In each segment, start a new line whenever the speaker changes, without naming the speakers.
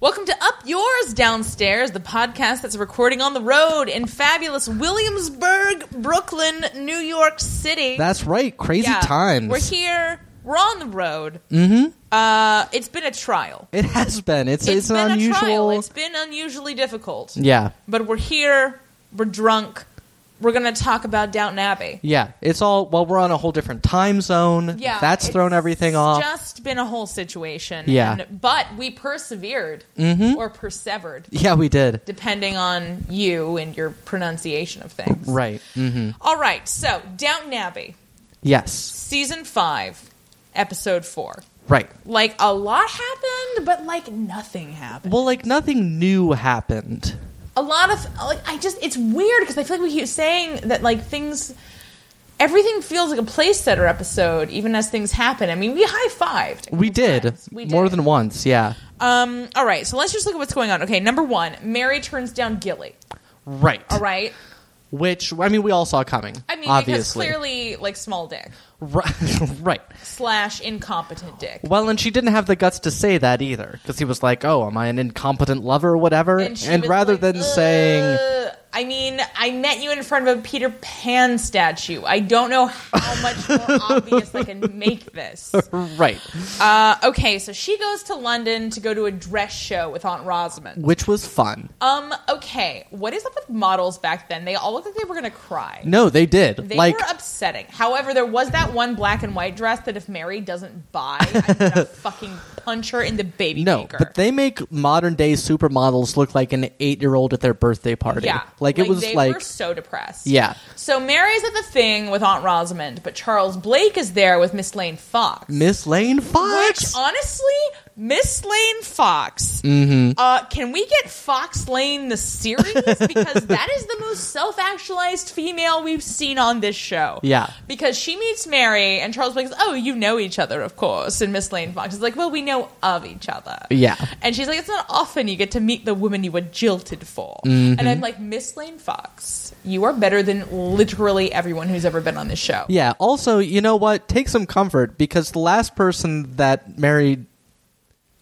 Welcome to Up Yours Downstairs, the podcast that's recording on the road in fabulous Williamsburg, Brooklyn, New York City.
That's right. Crazy
Yeah.
times.
We're here. We're on the road.
Mhm.
Uh, it's been a trial.
It has been. It's it's,
been
an
a trial.
unusual.
It's been unusually difficult.
yeah.
But we're here. We're drunk. We're going to talk about Downton Abbey.
Yeah. It's all well we're on a whole different time zone.
Yeah.
That's
it's
thrown everything off.
just been a whole situation.
Yeah. Mm-hmm.
And- but we persevered or persevered,
yeah, we did.
depending on you and your pronunciation of things.
Right. Mm-hmm.
All right. So, Downton Abbey,
Yes.
season five, episode four.
Right.
Like, a lot happened, but like nothing happened.
Well, like nothing new happened.
a lot of like I just it's weird because I feel like we keep saying that like things everything feels like a place setter episode even as things happen. I mean, we high fived.
We did.
We
More
did.
than once, yeah.
Um all right, so let's just look at what's going on. Okay, number 1, Mary turns down Gilly.
Right.
All right?
Which I mean we all saw coming.
I mean,
obviously.
because clearly like small dick
Ri- right.
slash incompetent dick.
Well, and she didn't have the guts to say that either, because he was like, "Oh, am I an incompetent lover or whatever?" And,
she was
rather
like,
than saying,
"Ugh, I mean, I met you in front of a Peter Pan statue. I don't know how much more obvious I can make this.
right,
Uh, okay, so she goes to London to go to a dress show with Aunt Rosamond.
which was fun.
Um, okay, what is up with models back then? They all looked like they were gonna cry.
No, they did.
They
like,
were upsetting. However, there was that one black and white dress that if Mary doesn't buy, I'm gonna fucking punch her in the baby
no,
maker.
but they make modern day supermodels look like an eight year old at their birthday party.
yeah,
like, it was
they
like,
were so depressed.
yeah,
So Mary's at the thing with Aunt Rosamond, but Charles Blake is there with Miss Lane Fox.
Miss Lane
Which
Fox.
honestly, Miss Lane Fox.
Mm-hmm.
Uh, can we get Fox Lane the series because that is the most self-actualized female we've seen on this show.
Yeah.
because she meets Mary and Charles Blake's. Oh, you know each other, of course. And Miss Lane Fox is like, well, we know of each other.
Yeah.
and she's like, it's not often you get to meet the woman you were jilted for. And I'm like, Miss Lane Fox, you are better than literally everyone who's ever been on this show.
yeah. Also, you know what? Take some comfort because the last person that married.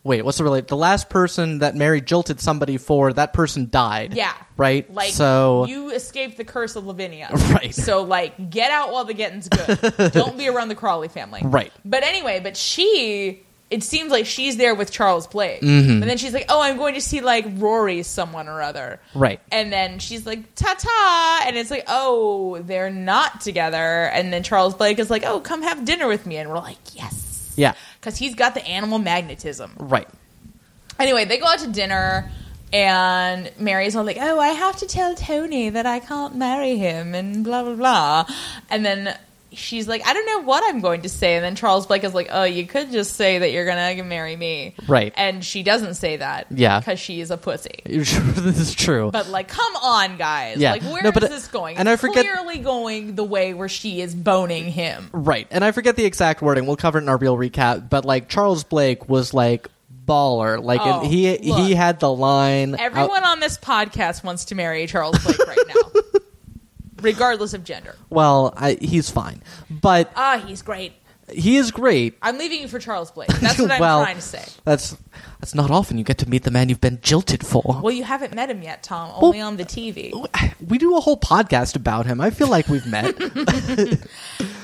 Wait, what's the relate? The last person that Mary jilted somebody for, that person died.
Yeah.
Right?
Like
so.
you escaped the curse of Lavinia.
Right.
So like get out while the getting's good. Don't be around the Crawley family.
Right.
But anyway, but she it seems like she's there with Charles Blake.
Mm-hmm.
And then she's like, "Oh, I'm going to see like Rory someone or other."
Right.
And then she's like, "Ta ta." And it's like, "Oh, they're not together." And then Charles Blake is like, "Oh, come have dinner with me." And we're like, "Yes."
Yeah.
Cuz he's got the animal magnetism.
Right.
Anyway, they go out to dinner, and Mary's all like, "Oh, I have to tell Tony that I can't marry him," and blah blah blah. And then she's like, "I don't know what I'm going to say." And then Charles Blake is like, "Oh, you could just say that you're gonna marry me,"
Right.
And she doesn't say that,
Yeah.
because she is a pussy.
this is true.
But like, come on, guys!
Yeah.
Like, where is
No, but, uh,
this going?
and I forget-
clearly going the way where she is boning him.
Right. And I forget the exact wording. We'll cover it in our real recap. But like Charles Blake was like baller. Like
Oh,
and he
look.
he had the line. out-
Everyone on this podcast wants to marry Charles Blake right now, regardless of gender.
well, I, he's fine, but
Ah, he's great.
he is great.
I'm leaving you for Charles Blake. That's what I'm
well,
trying to say.
That's that's not often you get to meet the man you've been jilted for.
Well, you haven't met him yet, Tom. Only on the TV.
We do a whole podcast about him. I feel like we've met.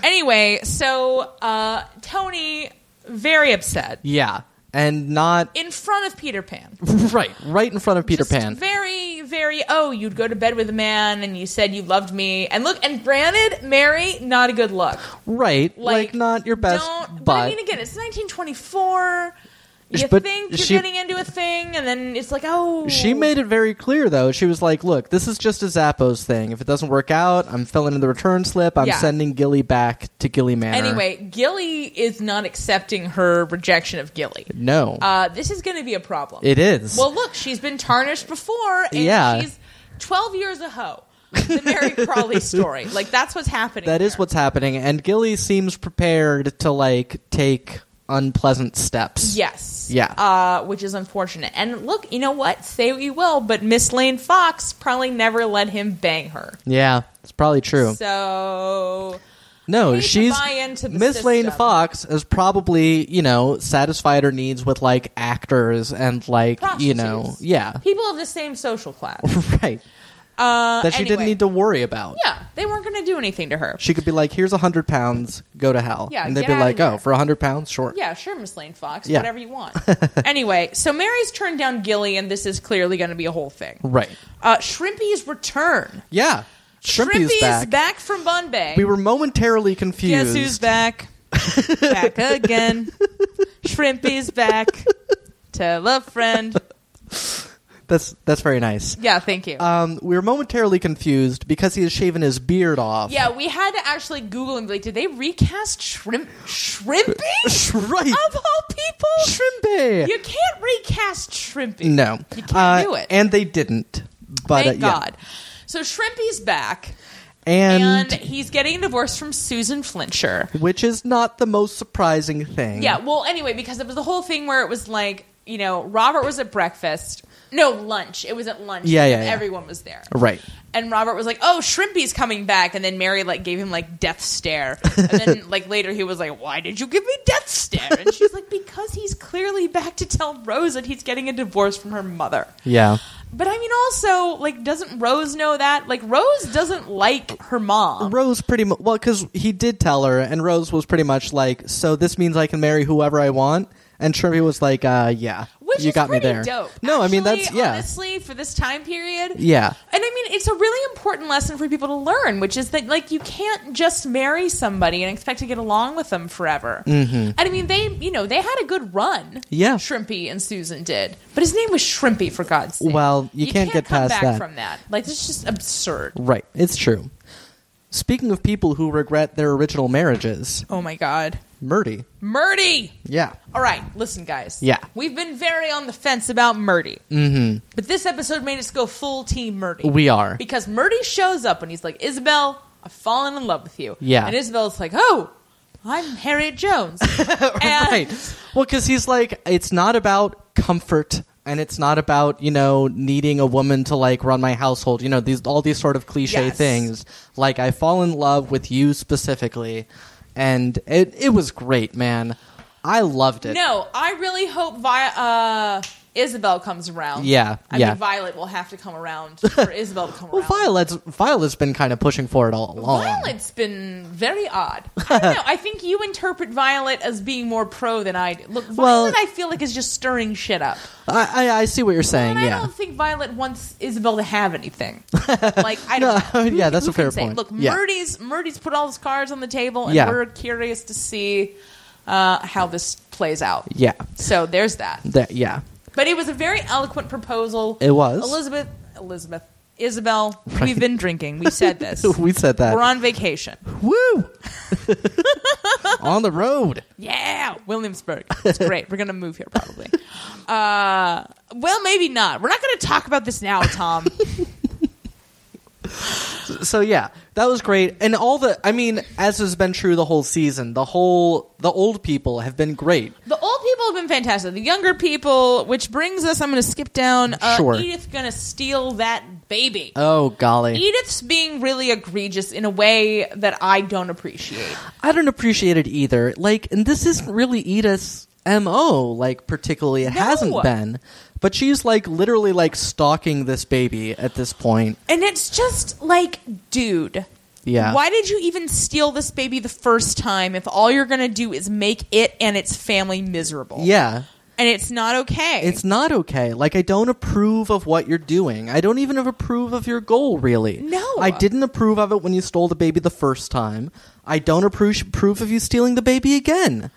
Anyway, so uh, Tony very upset
yeah, and not
in front of Peter Pan.
right, right in front of Peter
Just
Pan.
Very, very. Oh, you'd go to bed with a man, and you said you loved me. And look, and granted, Mary, not a good look.
right, like,
Like,
not your best,
Don't.
but,
But, I mean, again, it's 1924. You
But
think you're
she-
getting into a thing, and then it's like, oh,
She made it very clear, though. She was like, "Look, this is just a Zappos thing. If it doesn't work out, I'm filling in the return slip. I'm
Yeah.
sending Gilly back to Gilly Manor."
Anyway, Gilly is not accepting her rejection of Gilly.
no,
Uh, this is going to be a problem.
it is.
Well, look, she's been tarnished before, and
Yeah.
she's 12 years a hoe. The Mary Crawley story. Like, that's what's happening.
that is
here.
what's happening, and Gilly seems prepared to like take unpleasant steps.
Yes.
Yeah.
Uh, which is unfortunate. And look, you know what? Say what you will, but Miss Lane Fox probably never let him bang her.
Yeah, it's probably true.
So I
No,
need to
she's
buy into the
Miss Lane
system.
Fox has probably you know satisfied her needs with like actors and like you know
Prostitutes.
yeah
People of the same social class.
right
Uh,
that she
anyway.
didn't need to worry about.
Yeah, they weren't going to do anything to her.
She could be like, "Here's a hundred pounds, go to hell,"
Yeah,
and they'd
get
be
outta
like,
here.
"Oh, for a hundred pounds, sure."
Yeah, sure, Miss Lane Fox,
Yeah.
whatever you want. anyway, so Mary's turned down Gilly, and this is clearly going to be a whole thing.
Right.
Uh, Shrimpy's return.
Yeah. Shrimpy's, back.
from Bombay.
We were momentarily confused.
Guess who's back? back again. Shrimpy's back. Tell a friend.
That's that's very nice.
Yeah, thank you.
Um, we were momentarily confused because he has shaven his beard off.
yeah, we had to actually Google and be like, did they recast Shrimp Shrimpy?
right.
of all people,
Oh, Shrimpy.
you can't recast Shrimpy.
no,
You can't
Uh,
do it.
And they didn't. But
Thank
uh, yeah.
God. So Shrimpy's back,
And,
and he's getting a divorce from Susan Flincher.
which is not the most surprising thing.
Yeah, well, anyway, because it was the whole thing where it was like, you know, Robert was at breakfast. No, lunch. It was at lunch.
Yeah, yeah,
And
yeah.
Everyone was there.
Right.
And Robert was like, "Oh, Shrimpy's coming back," and then Mary like gave him like death stare. And then like later he was like, "Why did you give me death stare?" And she's like, "Because he's clearly back to tell Rose that he's getting a divorce from her mother."
Yeah.
But I mean, also like, doesn't Rose know that? Like, Rose doesn't like her mom.
Rose pretty much well because he did tell her, and Rose was pretty much like, "So this means I can marry whoever I want." And Shrimpy was like, uh, "Yeah,
Which
you
is
got me
pretty
there."
dope.
No, I mean
Actually,
that's yeah,
Honestly, for this time period,
yeah.
And I mean, it's a really important lesson for people to learn, which is that like you can't just marry somebody and expect to get along with them forever. Mm-hmm. And I mean, they you know they had a good run.
Yeah.
Shrimpy and Susan did, but his name was Shrimpy for God's sake.
Well, you can't get
come
past
back
that.
from that. Like it's just absurd.
Right. It's true. Speaking of people who regret their original marriages,
Oh my God,
Murdy.
Murdy.
Yeah.
All right, listen, guys.
Yeah.
we've been very on the fence about Murdy, mm-hmm. but this episode made us go full team Murdy.
We are.
because Murdy shows up and he's like, Isabel, I've fallen in love with you.
Yeah.
And Isabel's like, oh, I'm Harriet Jones. and,
right. Well, because he's like, it's not about comfort and it's not about, you know, needing a woman to like run my household, you know, these all these sort of cliche
Yes.
things. Like, I fall in love with you specifically. And it, it was great, man. I loved it.
No, I really hope Vi- uh, Isabel comes around.
Yeah,
I
yeah.
mean, Violet will have to come around for Isabel to come
Well,
around.
Violet's, Violet's been kind of pushing for it all along.
Violet's been very odd. I don't know. I think you interpret Violet as being more pro than I do. Look,
Well-
Violet, I feel like, is just stirring shit up.
I, I, I see what you're saying,
And I
yeah.
don't think Violet wants Isabel to have anything. Like I don't.
No,
know. Who
yeah,
can-
that's
who
a fair
can say?
point.
Look,
Yeah.
Murdy's Murdy's put all his cards on the table, and
Yeah.
we're curious to see uh, how this plays out.
Yeah.
So there's that.
That, yeah.
But it was a very eloquent proposal.
It was.
Elizabeth. Elizabeth. Isabel.
Right.
We've been drinking. We said this.
we said that.
We're on vacation.
Woo! on the road.
Yeah, Williamsburg. It's great. We're gonna move here probably. Uh, well, maybe not. We're not gonna talk about this now, Tom.
So yeah, that was great. And all the I mean, as has been true the whole season, the whole the old people have been great.
The old people have been fantastic. The younger people, which brings us, I'm going to skip down. Uh,
Sure.
Edith's going to steal that baby.
Oh golly.
Edith's being really egregious in a way that I don't appreciate.
I don't appreciate it either. Like and this isn't really Edith's MO, like particularly it
No.
hasn't been. But she's like literally like stalking this baby at this point.
And it's just like, dude.
Yeah.
Why did you even steal this baby the first time if all you're going to do is make it and its family miserable?
Yeah.
And it's not okay.
It's not okay. Like I don't approve of what you're doing. I don't even approve of your goal, really.
No.
I didn't approve of it when you stole the baby the first time. I don't approve approve of you stealing the baby again.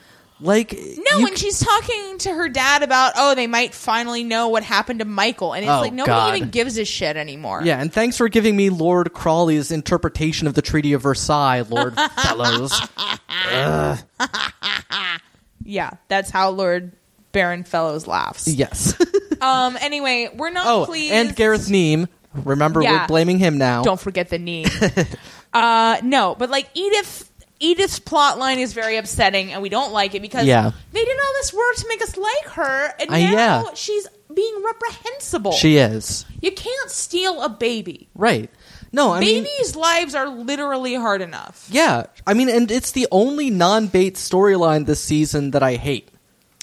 Like
No,
you-
when she's talking to her dad about, oh, they might finally know what happened to Michael. And it's
Oh,
like, nobody
God.
even gives a shit anymore.
yeah, and thanks for giving me Lord Crawley's interpretation of the Treaty of Versailles, Lord Fellows.
Yeah, that's how Lord Baron Fellows laughs.
Yes.
Um. Anyway, we're not
oh,
pleased.
and Gareth Neem. Remember,
Yeah.
we're blaming him now.
Don't forget the knee. uh. No, but like Edith. Edith's plot line is very upsetting, and we don't like it because
Yeah.
they did all this work to make us like her, and
Uh,
now
yeah.
she's being reprehensible.
She is
you can't steal a baby.
right. No, I mean,
Babies' lives are literally hard enough.
yeah, I mean, and it's the only non-bait storyline this season that I hate.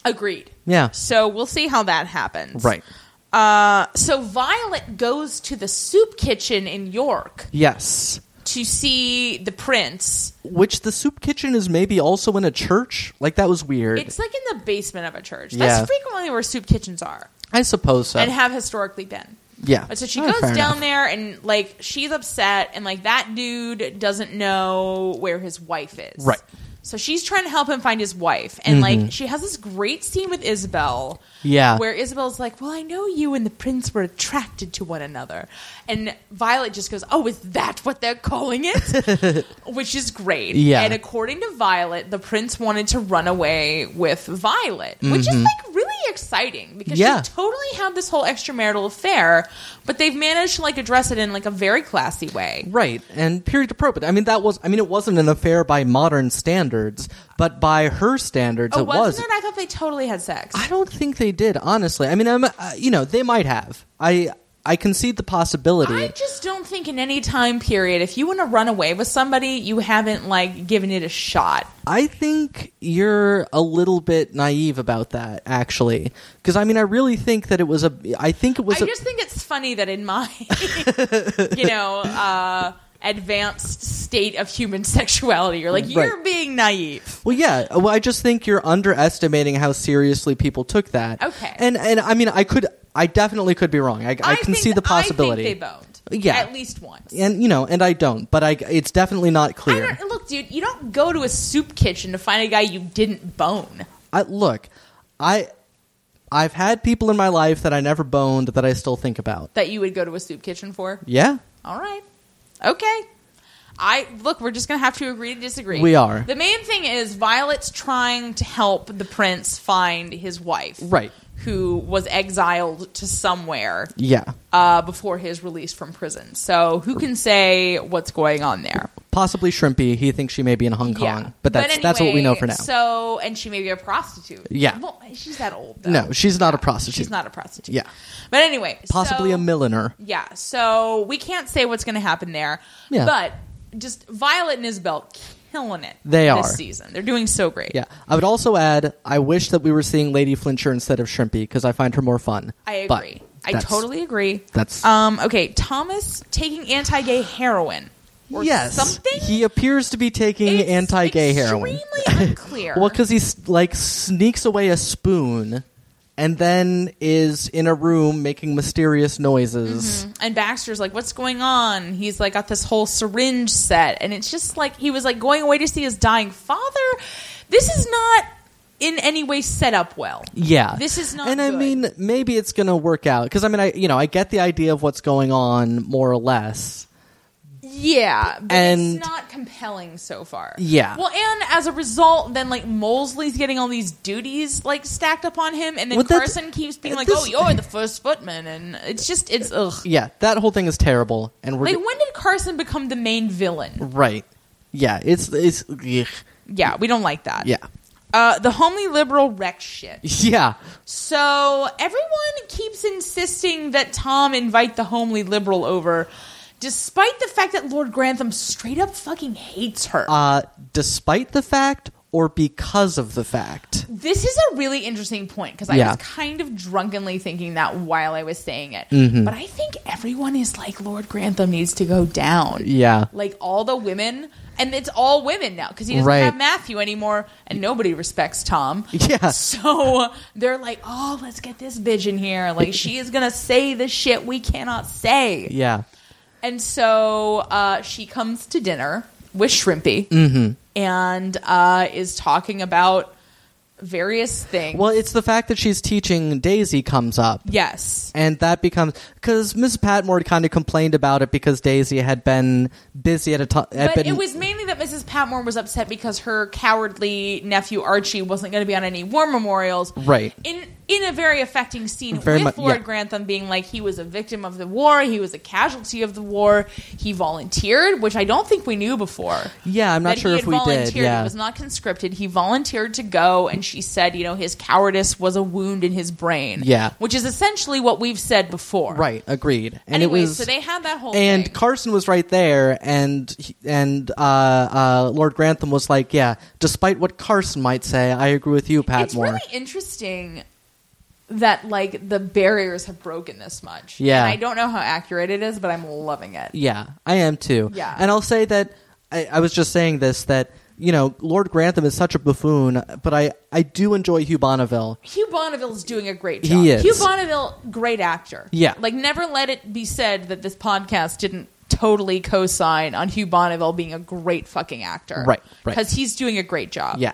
Agreed.
Yeah,
So we'll see how that happens.
right.
Uh, so Violet goes to the soup kitchen in York
Yes,
to see the prince.
which the soup kitchen is maybe also in a church. Like that was weird.
It's like in the basement of a church.
Yeah.
That's frequently where soup kitchens are
I suppose so.
and have historically been.
yeah.
So she
Oh,
goes
fair
down
enough.
there and like she's upset and like that dude doesn't know where his wife is.
Right. Mm-hmm.
So she's trying to help him find his wife and like she has this great scene with Isabel.
Yeah.
Where Isabel's like, "Well, I know you and the prince were attracted to one another." And Violet just goes, "Oh, is that what they're calling it?" Which is great.
Yeah.
And according to Violet, the prince wanted to run away with Violet, which is like really exciting because
Mm-hmm. Yeah.
she totally had this whole extramarital affair, but they've managed to like address it in like a very classy way.
Right, and period appropriate. I mean, that was. I mean, it wasn't an affair by modern standards, but by her standards,
Oh,
it
wasn't it?
was.
I thought they totally had sex.
I don't think they did, honestly. I mean, I'm, uh, you know, they might have. I I concede the possibility.
I just don't think in any time period, if you want to run away with somebody, you haven't like given it a shot.
I think you're a little bit naive about that, actually, because I mean, I really think that it was a. I think it was.
I
a,
just think it's funny that in my, you know, uh, advanced state of human sexuality, you're like, you're
Right.
being naive.
Well, yeah. Well, I just think you're underestimating how seriously people took that.
Okay.
And and I mean, I could, I definitely could be wrong. I, I, can
think-
see the
I
possibility.
think they boned.
Yeah.
At least once.
and you know, and I don't, but I, it's definitely not
I
clear.
don't, look, dude, you don't go to a soup kitchen to find a guy you didn't bone.
I, look, I, I've had people in my life that I never boned that I still think about.
that you would go to a soup kitchen for?
Yeah.
All right. Okay. I look, we're just going to have to agree to disagree.
We are.
The main thing is Violet's trying to help the prince find his wife.
Right.
Who was exiled to somewhere
Yeah.
uh, before his release from prison. So who can say what's going on there?
Possibly Shrimpy. He thinks she may be in Hong Kong, but that's that's what we know
anyway,
for now.
So, and she may be a prostitute.
Yeah.
Well, she's that old. Though.
no, she's not a prostitute.
she's not a prostitute.
Yeah.
But anyway,
Possibly
so-
a milliner.
Yeah, so we can't say what's going to happen there.
Yeah.
But just Violet and Isabel killing it.
They
this
are.
season. They're doing so great.
Yeah, I would also add, I wish that we were seeing Lady Flincher instead of Shrimpy because I find her more fun.
I
But
agree. I
that's-
totally agree.
That's
Um, okay, Thomas taking anti-gay heroin or
yes,
something.
He appears to be taking
It's
anti-gay heroin.
Extremely unclear.
Well, because he s- like sneaks away a spoon, and then is in a room making mysterious noises.
Mm-hmm. and Baxter's like, "What's going on?" He's like, "Got this whole syringe set," and it's just like he was like going away to see his dying father. This is not in any way set up well.
Yeah,
This is not
And I
good.
mean, maybe it's gonna work out because I mean, I you know, I get the idea of what's going on more or less.
Yeah, but
And-
it's not compelling so far.
Yeah.
Well, and as a result, then like Molesley's getting all these duties like stacked upon him, and then
Well, that's-
Carson keeps being like,
this-
"Oh, you're the first footman," and it's just it's ugh.
Yeah, that whole thing is terrible, and we're
Like, when did Carson become the main villain?
Right. Yeah, it's it's ugh.
Yeah, we don't like that.
yeah.
Uh, the homely liberal wreck shit.
Yeah.
So everyone keeps insisting that Tom invite the homely liberal over, despite the fact that Lord Grantham straight up fucking hates her.
Uh despite the fact or because of the fact.
This is a really interesting point because I
Yeah.
was kind of drunkenly thinking that while I was saying it.
Mm-hmm.
But I think everyone is like, Lord Grantham needs to go down.
Yeah.
Like all the women, and it's all women now because he doesn't
Right.
have Matthew anymore, and nobody respects Tom.
Yeah.
So they're like, oh, let's get this bitch in here. Like, she is going to say the shit we cannot say.
Yeah.
And so uh, she comes to dinner with Shrimpy
Mm-hmm.
and uh, is talking about various things.
Well, it's the fact that she's teaching Daisy comes up.
yes.
And that becomes because Mrs. Patmore kind of complained about it because Daisy had been busy at a time.
But it was mainly that Mrs. Patmore was upset because her cowardly nephew Archie wasn't going to be on any war memorials.
Right.
In in a very affecting scene
Very
with
much-
Lord
yeah.
Grantham being like he was a victim of the war, he was a casualty of the war, he volunteered, which I don't think we knew before.
Yeah, I'm not
that
sure
he
if
had
we
volunteered.
did. Yeah.
He was not conscripted. He volunteered to go, and she said, you know, his cowardice was a wound in his brain.
Yeah.
which is essentially what we've said before.
Right, agreed. And
Anyway,
it was
so they had that whole
and
thing.
Carson was right there, and he- and uh, uh, Lord Grantham was like, "Yeah, despite what Carson might say, I agree with you,
it's
Patmore."
really interesting that like the barriers have broken this much.
Yeah.
and I don't know how accurate it is, but I'm loving it.
yeah, I am too.
Yeah.
and I'll say that I, I was just saying this that you know Lord Grantham is such a buffoon, but I I do enjoy Hugh Bonneville.
Hugh Bonneville's doing a great
He
job.
is.
Hugh Bonneville, great actor.
Yeah.
Like, never let it be said that this podcast didn't totally co sign on Hugh Bonneville being a great fucking actor.
Right, right.
Because he's doing a great job.
Yeah,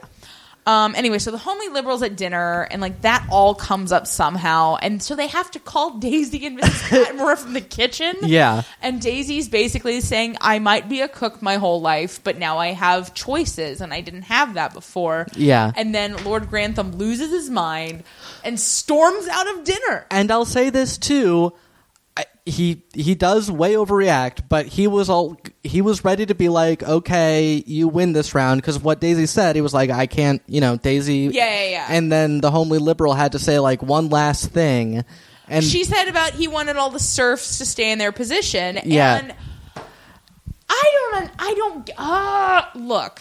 Um, anyway, so the homely liberals at dinner, and like that all comes up somehow, and so they have to call Daisy and Mrs. Patmore from the kitchen.
Yeah.
and Daisy's basically saying, "I might be a cook my whole life, but now I have choices, and I didn't have that before."
Yeah.
and then Lord Grantham loses his mind and storms out of dinner.
and I'll say this too. I- He he does way overreact, but he was all he was ready to be like, okay, you win this round because what Daisy said, he was like, I can't, you know, Daisy.
Yeah, yeah, yeah.
And then the homely liberal had to say like one last thing, and
she said about he wanted all the serfs to stay in their position.
Yeah.
And I don't. I don't. Uh, look,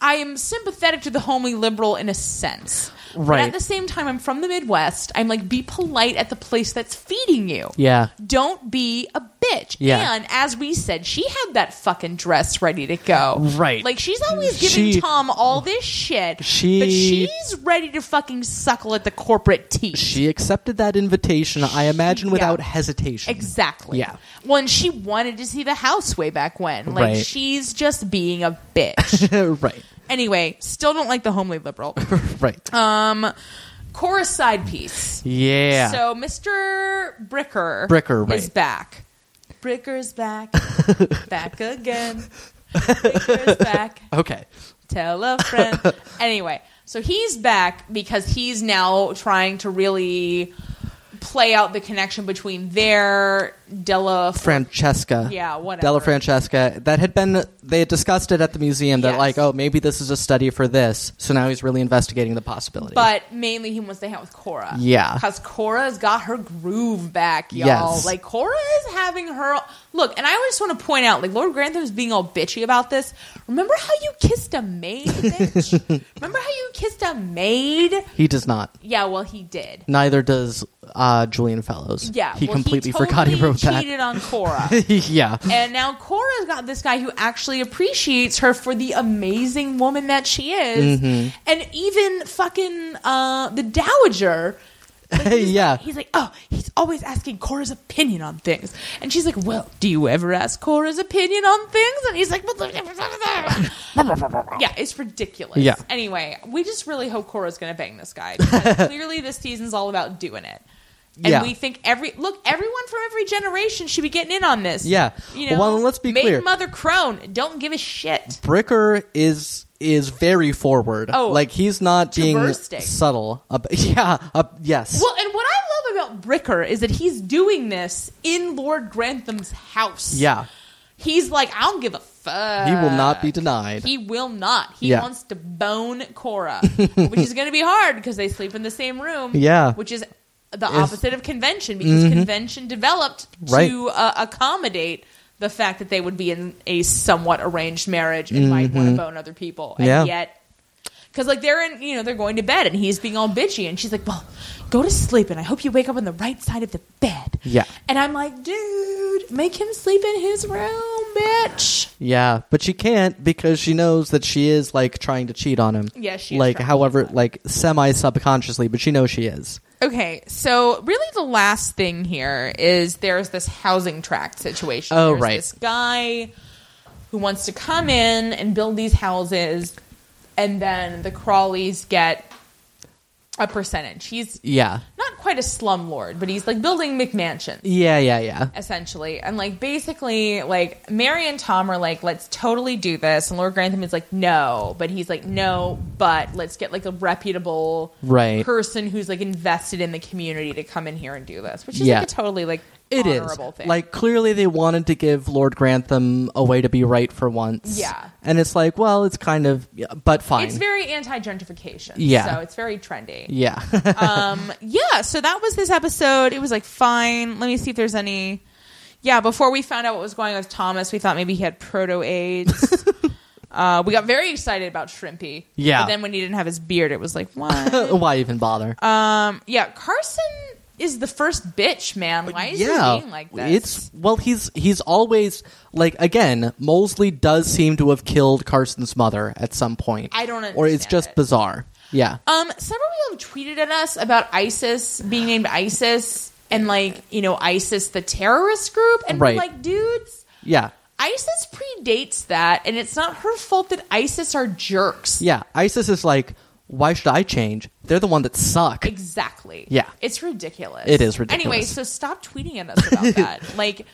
I am sympathetic to the homely liberal in a sense. But
Right.
at the same time, I'm from the Midwest. I'm like, be polite at the place that's feeding you.
yeah,
Don't be a bitch.
Yeah.
And as we said, she had that fucking dress ready to go.
Right.
Like she's always giving
She-
Tom all this shit. but
She-
she's ready to fucking suckle at the corporate teeth.
she accepted that invitation. I imagine
Yeah.
without hesitation.
Exactly.
Yeah.
When she wanted to see the house way back when. Like
Right.
she's just being a bitch.
right,
anyway, still don't like the homely liberal.
right.
Um chorus side piece.
yeah.
So Mr. Bricker
Bricker,
is
right.
back. Bricker's back. back again. Bricker's back.
okay.
Tell a friend. anyway, so he's back because he's now trying to really play out the connection between their Della
Francesca.
Yeah, whatever.
Della Francesca. That had been they had discussed it at the museum that
Yes.
like, oh, maybe this is a study for this. So now he's really investigating the possibility.
But mainly he wants to hang out with Cora.
Yeah.
Because Cora's got her groove back, y'all.
Yes.
Like, Cora is having her. Look, and I just want to point out, like, Lord Grantham's being all bitchy about this. Remember how you kissed a maid, bitch? Remember how you kissed a maid?
he does not.
Yeah, well, he did.
Neither does uh, Julian Fellows.
Yeah.
He
well,
completely
totally
forgot he wrote
cheated on Cora.
that. yeah.
And now Cora's got this guy who actually appreciates her for the amazing woman that she is.
Mm-hmm.
And even fucking uh, the Dowager. like, he's
Yeah.
Like, he's like, oh, he's always asking Cora's opinion on things. And she's like, well, do you ever ask Cora's opinion on things? And he's like, yeah, it's ridiculous.
Yeah.
Anyway, we just really hope Cora's going to bang this guy. because clearly, this season's all about doing it. And
Yeah.
we think every look, everyone from every generation should be getting in on this.
Yeah.
You know,
Well, and let's be
Maiden
clear.
Mother Crone, don't give a shit.
Bricker is is very forward.
Oh,
like he's not being
bursting.
subtle. ab- yeah. ab- yes.
Well, and what I love about Bricker is that he's doing this in Lord Grantham's house.
yeah.
He's like, I don't give a fuck.
He will not be denied.
He will not. He
Yeah.
wants to bone Cora, which is going to be hard because they sleep in the same room.
Yeah. Mm-hmm.
Which is the opposite of convention because convention developed
Right.
to uh, accommodate the fact that they would be in a somewhat arranged marriage and might want to bone other people. And
Mm-hmm. Yeah.
yet, because like they're in, you know, they're going to bed and he's being all bitchy and she's like, well, go to sleep and I hope you wake up on the right side of the bed.
Yeah.
And I'm like, dude, make him sleep in his room, bitch.
Yeah, but she can't because she knows that she is like trying to cheat on him.
Yeah, she is
like
trying to
however, like semi subconsciously, but she knows she is.
Okay, so really the last thing here is there's this housing tract situation.
Oh,
There's
right.
This guy who wants to come in and build these houses, and then the Crawleys get a percentage. He's
Yeah.
not quite a slumlord, but he's like building McMansions.
Yeah, yeah, yeah.
essentially. And like basically, like Mary and Tom are like, let's totally do this. And Lord Grantham is like, no. But he's like, no, but let's get like a reputable
Right.
person who's like invested in the community to come in here and do this. Which is
Yeah.
like a totally like
It is
honorable thing.
Like clearly they wanted to give Lord Grantham a way to be right for once.
Yeah.
And it's like, well, it's kind of yeah, but fine.
it's very anti gentrification.
Yeah.
So it's very trendy.
yeah.
um yeah so that was this episode it was like fine let me see if there's any yeah before we found out what was going on with thomas we thought maybe he had proto aids uh we got very excited about shrimpy
Yeah.
but then when he didn't have his beard it was like what
Why even bother?
um yeah carson is the first bitch man why is he being like this
It's well, he's he's always like again. Molesley does seem to have killed Carson's mother at some point.
I don't
or it's
understand
just
it.
bizarre. Yeah,
Um, several people have tweeted at us about ISIS being named ISIS and like you know ISIS the terrorist group, and
Right.
we're like, dudes,
yeah,
ISIS predates that, and it's not her fault that ISIS are jerks.
yeah. ISIS is like, why should I change? They're the one that suck.
Exactly.
Yeah.
It's ridiculous.
It is ridiculous.
Anyway, so stop tweeting at us about that. like,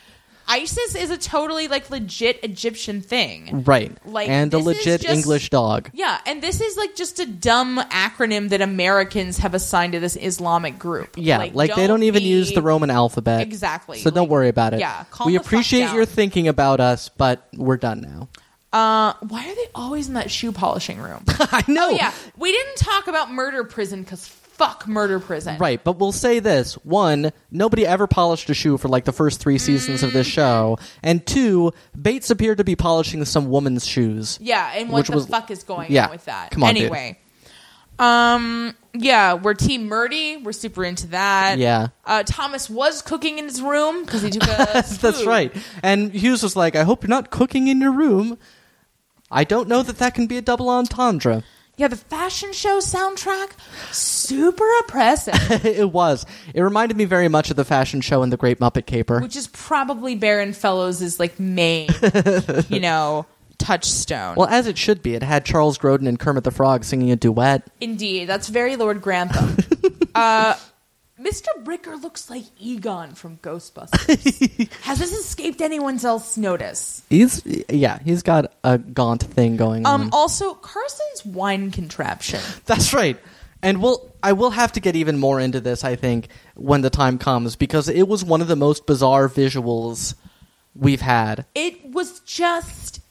ISIS is a totally, like, legit Egyptian thing.
right,
Like,
and a
this is
legit
just-
English dog.
Yeah, and this is like just a dumb acronym that Americans have assigned to this Islamic group.
Yeah, like, they don't even
be-
use the Roman alphabet.
Exactly,
So don't
like,
worry about it.
yeah, calm
we
the fuck
appreciate
down.
your thinking about us, but we're done now.
Uh, why are they always in that shoe polishing room?
I know.
oh yeah, we didn't talk about murder prison because fuck murder prison.
Right, but we'll say this. One, nobody ever polished a shoe for like the first three seasons of
Mm-hmm.
this show. And two, Bates appeared to be polishing some woman's shoes.
Yeah, and what
Which
the
was-
fuck is going
yeah,
on with that?
come on, dude.
anyway. Um yeah, we're Team Murdy. We're super into that.
Yeah.
Uh Thomas was cooking in his room because he took a
That's
spoon.
right. And Hughes was like, I hope you're not cooking in your room. I don't know that that can be a double entendre.
Yeah, the fashion show soundtrack, super oppressive,
it was. It reminded me very much of the fashion show and the Great Muppet Caper.
which is probably Baron Fellows' like main, you know, touchstone.
well, as it should be. It had Charles Grodin and Kermit the Frog singing a duet.
Indeed, that's very Lord Grantham. uh, Mr. Bricker looks like Egon from Ghostbusters. Has this escaped anyone's else notice?
He's yeah, he's got a gaunt thing going on.
Um, also, Carson's wine contraption.
That's right. And we'll I will have to get even more into this, I think, when the time comes, because it was one of the most bizarre visuals we've had.
It was just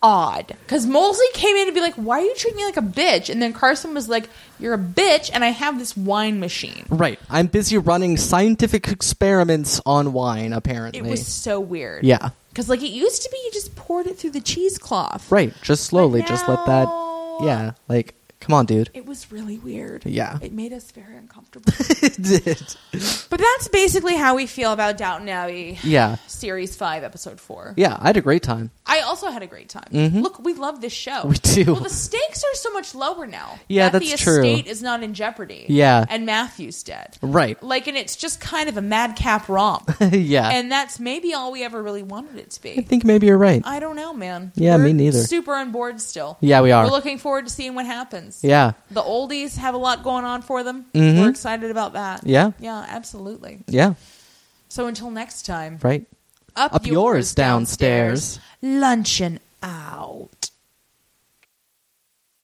odd because Molesley came in and be like, "Why are you treating me like a bitch?" And then Carson was like, "You're a bitch," and I have this wine machine.
Right. I'm busy running scientific experiments on wine,
It
apparently.
was so weird.
Yeah.
because like it used to be, you just poured it through the cheesecloth.
Right. Just slowly, just let that
now-
Yeah. Like, come on, dude.
It was really weird.
Yeah.
It made us very uncomfortable.
It did.
but that's basically how we feel about Downton Abbey.
Yeah.
Series 5, Episode 4.
Yeah, I had a great time.
I also had a great time. Look, we love this show.
Mm-hmm. We do.
Well, the stakes are so much lower now.
Yeah,
that
that's
the
true.
estate is not in jeopardy.
Yeah.
And Matthew's dead.
Right.
Like, and it's just kind of a madcap romp.
yeah.
and that's maybe all we ever really wanted it to
I
be.
think maybe you're right.
I don't know, man.
Yeah, me
We're
neither.
Super on board still.
Yeah, we are.
We're looking forward to seeing what happens.
yeah.
The oldies have a lot going on for them.
Mhm.
We're excited about that.
Yeah.
Yeah, absolutely.
Yeah.
So until next time,
Right.
up,
Up yours downstairs.
downstairs. Luncheon out.